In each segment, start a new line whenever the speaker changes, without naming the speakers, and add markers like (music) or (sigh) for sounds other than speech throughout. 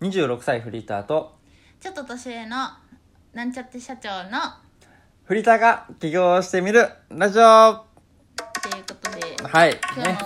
26歳フリーターと
ちょっと年上のなんちゃって社長の
フリーターが起業してみるラジオは
ということで
い、
今日
ね
の、テーマは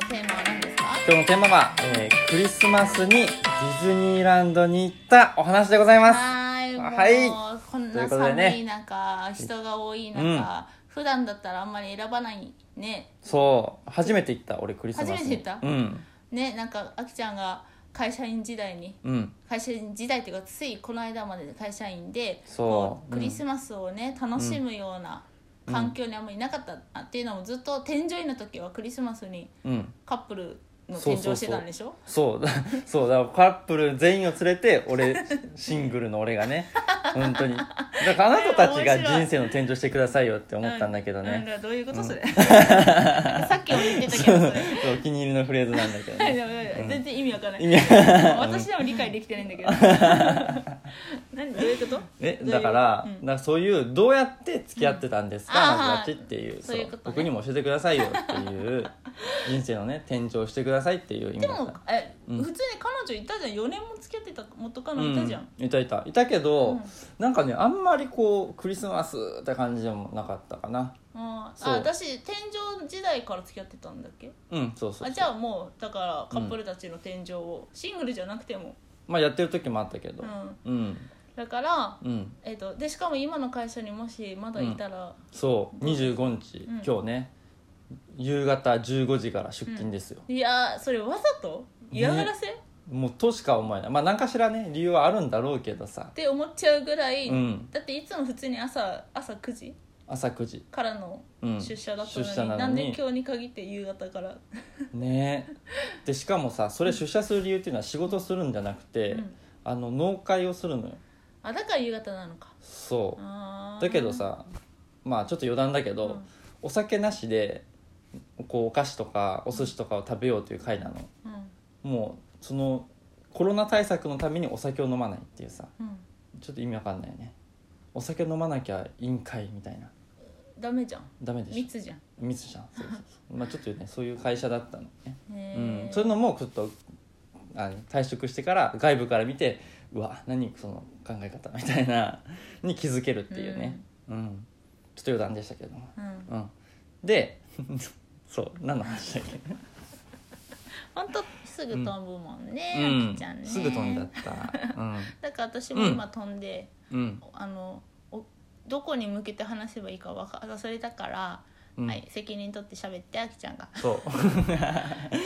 何ですか、
今日のテーマは、えークリスマスにディズニーランドに行ったお話でございます
はいもう、
は
こん
という
な
ことでね
寒い中、人が多い中、
うん
普段だったらあんまり選ばないね
そう初めて行った俺クリスマスに
初めて行った
うん
ねなんかあきちゃんが会社員時代に
うん
会社員時代っていうかついこの間まで会社員で
そう
こ
うん
クリスマスをね、楽しむような環境にあんまりいなかったなっていうのもずっと添乗員の時はクリスマスに
うん
カップルの
そうそう
添
そう
乗してたんでしょ
そうだ (laughs) そうだからカップル全員を連れて俺シングルの俺がね本当にだからあなたたちが
面白い
人生の転生してくださいよって思ったんだけど
うんうん
ね、
だからどういうことそれ、さっきも言ってた
そ
けど
う
それ
そうお気に入りのフレーズなんだけどね
でも全然意味わからない
意味
私でも理解できてないんだけど
(laughs)
何どういうこと
え
どういう
だから,、
うん
なんかそういうどうやって付き合ってたんですか、あ
うん
な
あー
たたちっていう
そういうことね
僕にも教えてくださいよっていう
(laughs)
人生のね転調してくださいっていう意味
で
だった
もえ、
うん
普通に彼女いたじゃん4年も付き合ってた元カノいたじゃん、
うん、いたいたいたけど、
うん
なんかねあんまりこうクリスマスって感じでもなかったかな
あー
そう
あ私天井時代から付き合ってたんだっけ
うんそうそう
あじゃあもうだからカップルたちの天井を、シングルじゃなくても、
まあやってる時もあったけど
う、ん、
うん
だから、
うん、
えっとでしかも今の会社にもしまだいたら、
そう25日、
うん
今日ね夕方15時から出勤ですよ、
いやーそれわざと嫌がらせ、っ
もうとしか思えないまあ何かしらね理由はあるんだろうけどさ
て思っちゃうぐらい、
うん
だっていつも普通に朝朝9時
朝9時
からの
うん
出社だったの
出
に,、
社なのに
なんで今日に限って夕方から、
ねえでしかもさそれ出社する理由っていうのは仕事するんじゃなくて、
うん
あの納会をするのよ
あだから夕方なのか
そう
あー
だけどさまあちょっと余談だけど、
うん
お酒なしでこうお菓子とかお寿司とかを食べようという会なの
うん
もうそのコロナ対策のためにお酒を飲まないっていうさ
うん
ちょっと意味わかんないよねお酒飲まなきゃ委員会みたいな
ダメじゃん
ダメでしょ
密じゃん
ミスじゃんそうそうそうまあちょっとねそういう会社だったのねうん
へ、ー
そういうのもちょっとあの退職してから外部から見てうわ何その考え方みたいな (laughs) に気づけるっていうね、うんちょっと余談でしたけども、
うん
うん、で (laughs) そう何の話だっけ、
ほんとすぐ飛ぶもんね、
う
あ
ん
きちゃんね
すぐ飛んじゃったうん
だから私も今飛んで、
うん
あのおどこに向けて話せばいいかわか忘れたから、
うん
はい、責任取って喋ってあきち
(laughs)
ゃんが
そう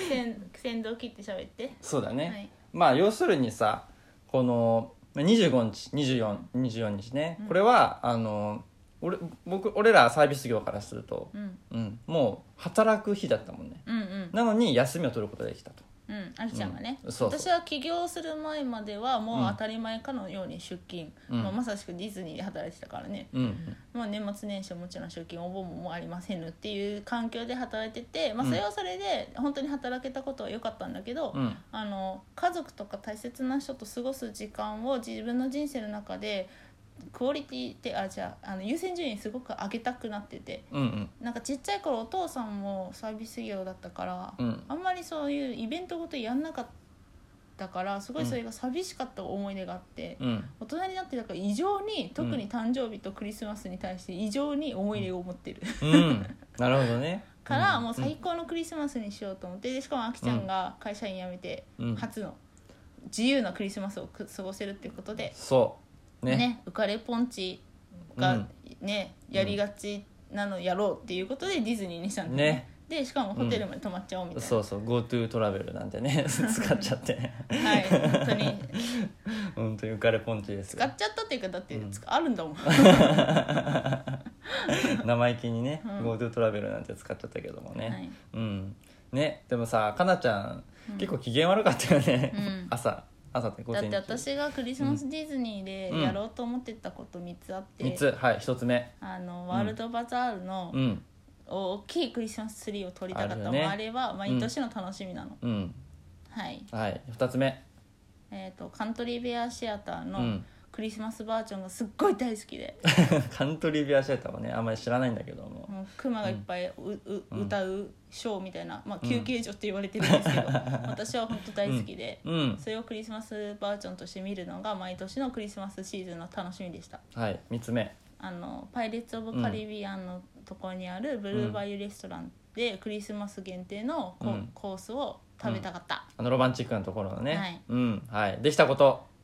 先先導切って喋って
そうだね、
はい
まあ要するにさこのまあ25日2424日ね、
うん
これはあの俺僕俺らサービス業からすると、
うん
うん、もう働く日だったもんね
うんうん
なのに休みを取ることができたと
うん、あきちゃんがね、
うんそうそう
私は起業する前まではもううん当たり前かのように出勤、
うん
まあ、まさしくディズニーで働いてたからね、
うんうん
まあ、年末年始はもちろん出勤お盆もありませんっていう環境で働いてて、まあ、それはそれで本当に働けたことは良かったんだけど、
うん
あの家族とか大切な人と過ごす時間を自分の人生の中でクオリティであじゃああの優先順位すごく上げたくなってて
うん
なんかちっちゃい頃お父さんもサービス業だったから、
うんうん
あんまりそういうイベントごとやんなかったからすごいそれが寂しかった思い出があって、
うん
大人になってだから異常に特に誕生日とクリスマスに対して異常に思い入れを持ってる、
うんなるほどね
から
ん
もう最高のクリスマスにしようと思ってでしかもあきちゃんが会社員辞めて
うん
初の自由なクリスマスをく過ごせるっていうことで、
そう
ね
ね
浮かれポンチ
う
が
ん
ね、やりがちなのやろうっていうことでディズニーにしたんだよ
ね
でしかもホテルまで泊まっちゃおうみたいな、
そうそう GoTo トラベルなんてね使っちゃって
はい本当に
本当に浮かれポンチです
使
よ
っちゃったっていうかだってつある
(laughs)
んだもん、
生意気にね
うん
GoTo トラベルなんて使っちゃったけどもね、
はい
うんねでもさかなちゃん、結構機嫌悪かったよね、
うん
朝朝って午
だっ
前
て
中
私がクリスマスディズニーでやろうと思ってたこと3つあって、
3つはい1つ目
あのワールドバザールの
うん
大きいクリスマスツリーを撮りたかった
あ
あ,、
るよね
あれは毎年の楽しみなの、
うん
はい
はい2つ目 (laughs)
えー、とカントリーベアシアター
う
の
ん
クリスマスバージョンがすっごい大好きで、
カントリービアシェーターはねあんまり知らないんだけども、
もうのクマがいっぱいう、う歌うショーみたいな、まあ、休憩所って言われてるんです
(laughs)
けど、私は本当大好きで、
うん
それをクリスマスバージョンとして見るのが毎年のクリスマスシーズンの楽しみでした
はい3つ目
あのパイレーツ・オブ・カリビアンのところにあるブルーバイユレストランでクリスマス限定のコ,、
うん
コースを食べたかった、
あのロマンチックなところのね、
はい
うんはいできたこと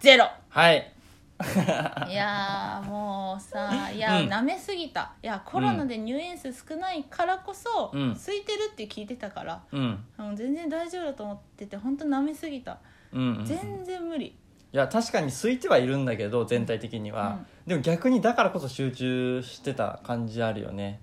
ゼロ
はい
いやーもう
(laughs)
さいや
うん
なめすぎたいやコロナで入園数少ないからこそ、
うん
空いてるって聞いてたから
うん
もう全然大丈夫だと思ってて本当なめすぎた
うんうん、うん、い
全然無理、
や確かに空いてはいるんだけど全体的には、でも逆にだからこそ集中してた感じあるよね、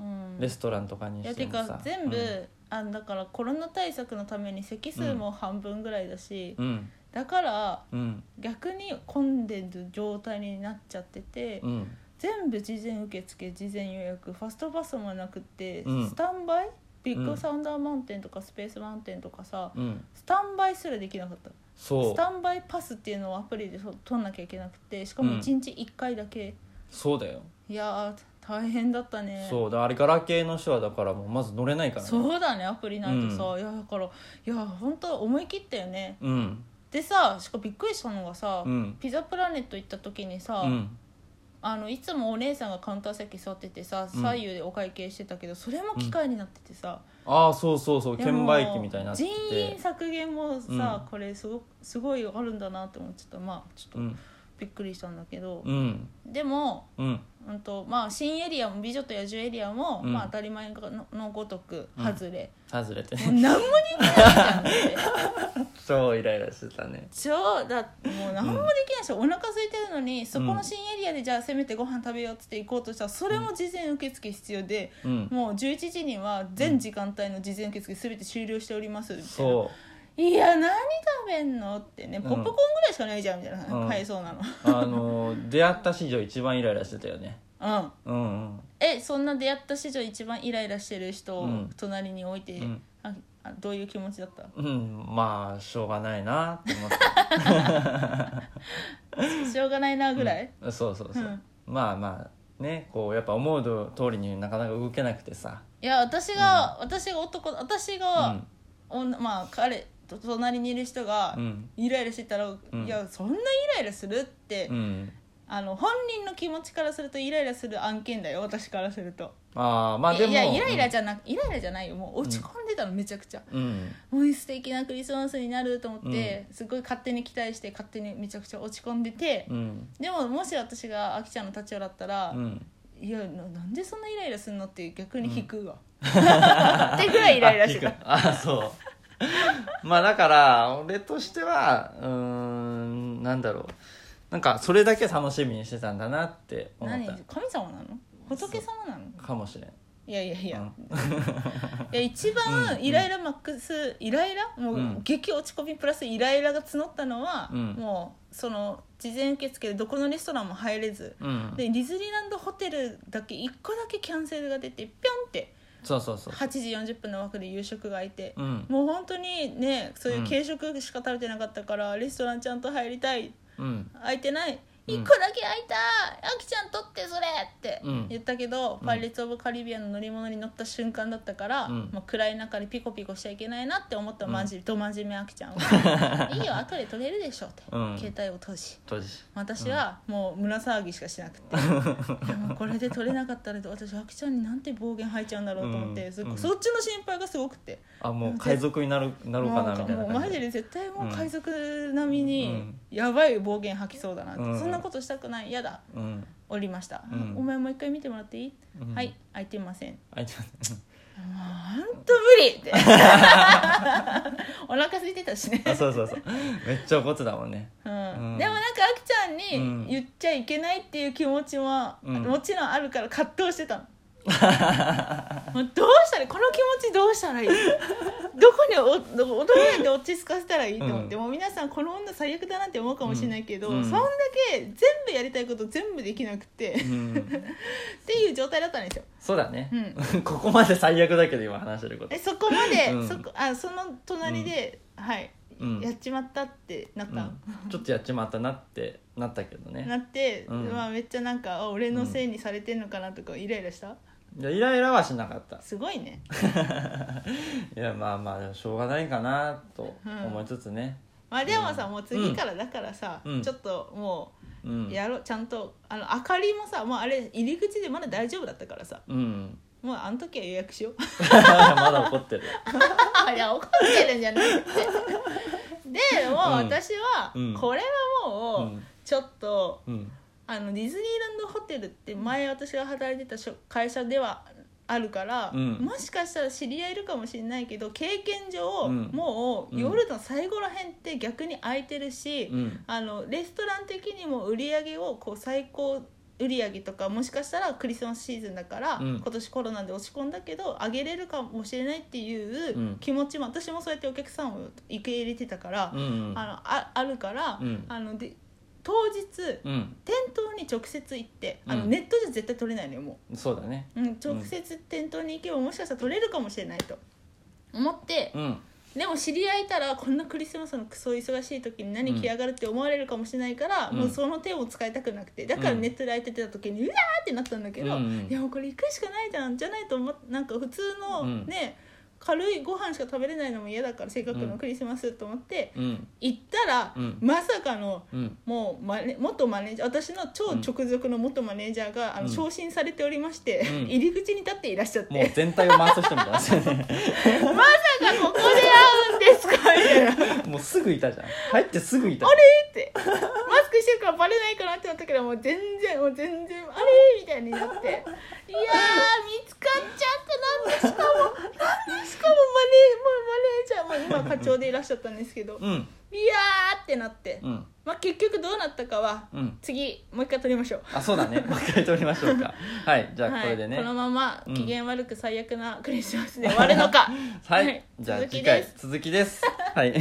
うん、
レストランとかに
い
し
や
て
て
も
か
さ
全部、あだからコロナ対策のために席数も半分ぐらいだし、
うん
だから
うん
逆に混んでる状態になっちゃってて、
うん
全部事前受付事前予約ファストパスもなくて、
うん
スタンバイビッグサウンダーマウンテンとかスペースマウンテンとかさ、
うん
スタンバイすらできなかった
そ
ス
う
タンバイパスっていうのをアプリでと取んなきゃいけなくてしかも
うん
1日1回だけ、
そうだよ、
いやー大変だったね
そうだあれガラケーの人はだからもうまず乗れないからね
そうだねアプリないとさ、いやだからいや本当思い切ったよね
うん
でさしかもびっくりしたのがさ、
うん
ピザプラネット行った時にさ、
うん
あのいつもお姉さんがカウンター席座っててさ
うん
左右でお会計してたけど、それも機械になっててさ、
ああそうそうそう
いやも
券
う
売機みたいになってて
人員削減もさ、
うん
これすごくすごいあるんだなって思っちゃったまあち
う
ょっと
ん
びっくりしたんだけど、
うん
でも、
うん
うんとまあ、新エリアも「美女と野獣」エリアも、
うん
まあ、当たり前ののごとく外れ、
外れて
もう
ね
(laughs) 何もできないじゃんって
(laughs) 超イライラしてたね
超だもう何もできないし、お腹空いてるのにそこの新エリアでじゃあせめてご飯食べようっつって行こうとしたらそれも事前受付必要で、
うん
もう11時には全時間帯の事前受付全て終了しておりますみたいな
そ
いや何食べんのってね
ん
ポップコーンぐらいしかないじゃんみたいな、
うん
買えそうなの
うあのー出会った史上一番イライラしてたよね
う
う
ん
ん
えそんな出会った史上一番イライラしてる人
う
を
ん
隣に置いて、
うん
ああどういう気持ちだった
うんうんまあしょうがないなって思って
しょうがないなぐらい、
うんそうそうそう、
うん
まあまあねこうやっぱ思う通りになかなか動けなくてさ
いや私が、私が男私
う
が
ん、
女まあ彼と隣にいる人が、
うん
イライラしてたら、
ん
いやそんなイライラするって、
うん、
あの本人の気持ちからするとイライラする案件だよ私からすると、
ああまあでも
いやイライラじゃなく、イライラじゃないよもう落ち込んでたの、めちゃくちゃ
うん
もう素敵なクリスマスになると思って、すごい勝手に期待して勝手にめちゃくちゃ落ち込んでて、
うん
でももし私があきちゃんの立場だったら、
うん
いやななんでそんなイライラするのって逆に引くわ、 (laughs) ってぐらいイライラしてた
あ聞くあそうまあだから俺としてはうーんなんだろうなんかそれだけ楽しみにしてたんだなって思っ
何
た
神様なの仏様なの
かもしれん
いやいやいや、
うん
いや一番イライラマックス、イライラもう、
うん
激落ち込みプラスイライラが募ったのは、
うん
もうその事前受付でどこのレストランも入れず、
うん
でディズニーランドホテルだけ1個だけキャンセルが出てピョンって
そうそうそう
8時40分の枠で夕食が空いて、
うん
もう本当にねそういう軽食しか食べてなかったから、レストランちゃんと入りたい
うん
空いてない
うん
1個だけ空いたあきちゃん取ってそれって
うん
言ったけど、
うん
パイレーツ・オブ・カリビアンの乗り物に乗った瞬間だったから、
うん
もう暗い中でピコピコしちゃいけないなって思った
うん
まじ、ど真面目あきちゃ
(laughs)
んは「いいよ後で取れるでしょ」って、
うん
携帯を閉じ
当時
私はもう胸騒ぎしかしなく
(laughs)
て、もうこれで取れなかったら私あきちゃんになんて暴言吐いちゃうんだろうと思って、
うん
すご
うん
そっちの心配がすごくて。
あもう海賊になるなろうかなみたいな
もうマ
感
ジ
じ
で絶対もう海賊並み
う
に
ん
やばい暴言吐きそうだなって、
うん
そんなことしたくないやだ
うん
降りました、
うん
お前もう一回見てもらっていい、
うん
はい開いてません
あいちゃん
ほんと
(laughs)
無理って (laughs) お腹空いてたしね、
あ (laughs) そうそうそうめっちゃ怒ってたもんね
うん
うん
でもなんかあきちゃん
うん
に言っちゃいけないっていう気持ちも、
うん
もちろんあるから葛藤してた
(laughs)
のもうどうしたらいいこの気持ちどうしたらいい (laughs) どこにおどこどこで落ち着かせたらいいと思って、
う
もう皆さんこの女最悪だなって思うかもしれないけど、
うんうん
そんだけ全部やりたいこと全部できなくて
う
っ
ん
ていう状態だったんですよ
そうだねここまで最悪だけど今話してること
えそこまで、
うん
そこあその隣で、はい、
うん
やっちまったってなった、
うんちょっとやっちまったなってなったけどね
なって、
うん
まあ、めっちゃなんかあ俺のせいにされてんのかなとかイライラした、
いやイライラはしなかった
すごいね
いやまあまあでもしょうがないかなと思いつつね、
まあでもさ、もう次からだからさ、
うん
ちょっとも
うん
うやろうちゃんとあの明かりもさもうあれ入り口でまだ大丈夫だったからさ
うん (laughs)
もうあの時は予約しよう
まだ怒ってる
(laughs) いや怒ってるんじゃなくてでもう
うん
私は、
うん
これ
う
はもうんちょっと
うん
あのディズニーランドホテルって前私が働いてたしょ会社ではあるから、
うん
もしかしたら知り合いいるかもしれないけど経験上、
うん
もううん夜の最後らへんって逆に空いてるし、
うん
あのレストラン的にも売り上げをこう最高売り上げとかもしかしたらクリスマスシーズンだから、
うん
今年コロナで落ち込んだけど上げれるかもしれないっていう
うん
気持ちも、私もそうやってお客さんを受け入れてたから、
うん
あのああるから、
うん
あので当日
うん
店頭に直接行ってあの
うん
ネットじゃ絶対取れないのよも
そうだね
う、うん、直接店頭に行けばもしかしたら取れるかもしれないと思って
うん
でも知り合いたらこんなクリスマスのクソ忙しい時に何着やがるって思われるかもしれないから、
うん
もうその手を使いたくなくてだから
うん
ネットで空いてた時にうわーってなったんだけど、
うんうん
いやもうこれ行くしかないじゃんじゃないと思っなんか普通の
うん
ね、軽いご飯しか食べれないのも嫌だからせっかく
う
の
ん
クリスマスと思って
うん
行ったら、
うん
まさかの
うん
もうマネ元マネージャー私の超直属の元マネージャーが、あ
う
の
ん
昇進されておりまして、
うん
入り口に立っていらっしゃっ
もう
て
全体を回す人みたいな、ね、
「まさかここで会うんですか?」 (laughs) みたいな「あれ?」
(laughs) もうすぐいたじゃん入ってすぐいた
ってマスクしてるからバレないかなって思ったけどもう全然もう全然「あれ?」みたいになって「いやー見つかっちゃったなんでしかもなんでしかもマネもうマネージャーもう今課長でいらっしゃったんですけど「いや
うん
ー」ってなって、
うん
まあ、結局どうなったかは
うん
次もう一回撮りましょう。
あそうだねもう一回撮りましょうかはいじゃあこれでね、
はい、このまま
うん
機嫌悪
(laughs)
く最悪なクリスマスで終わるのか
はい、
はい
じゃあ
続き
次回
です
続きです。はい。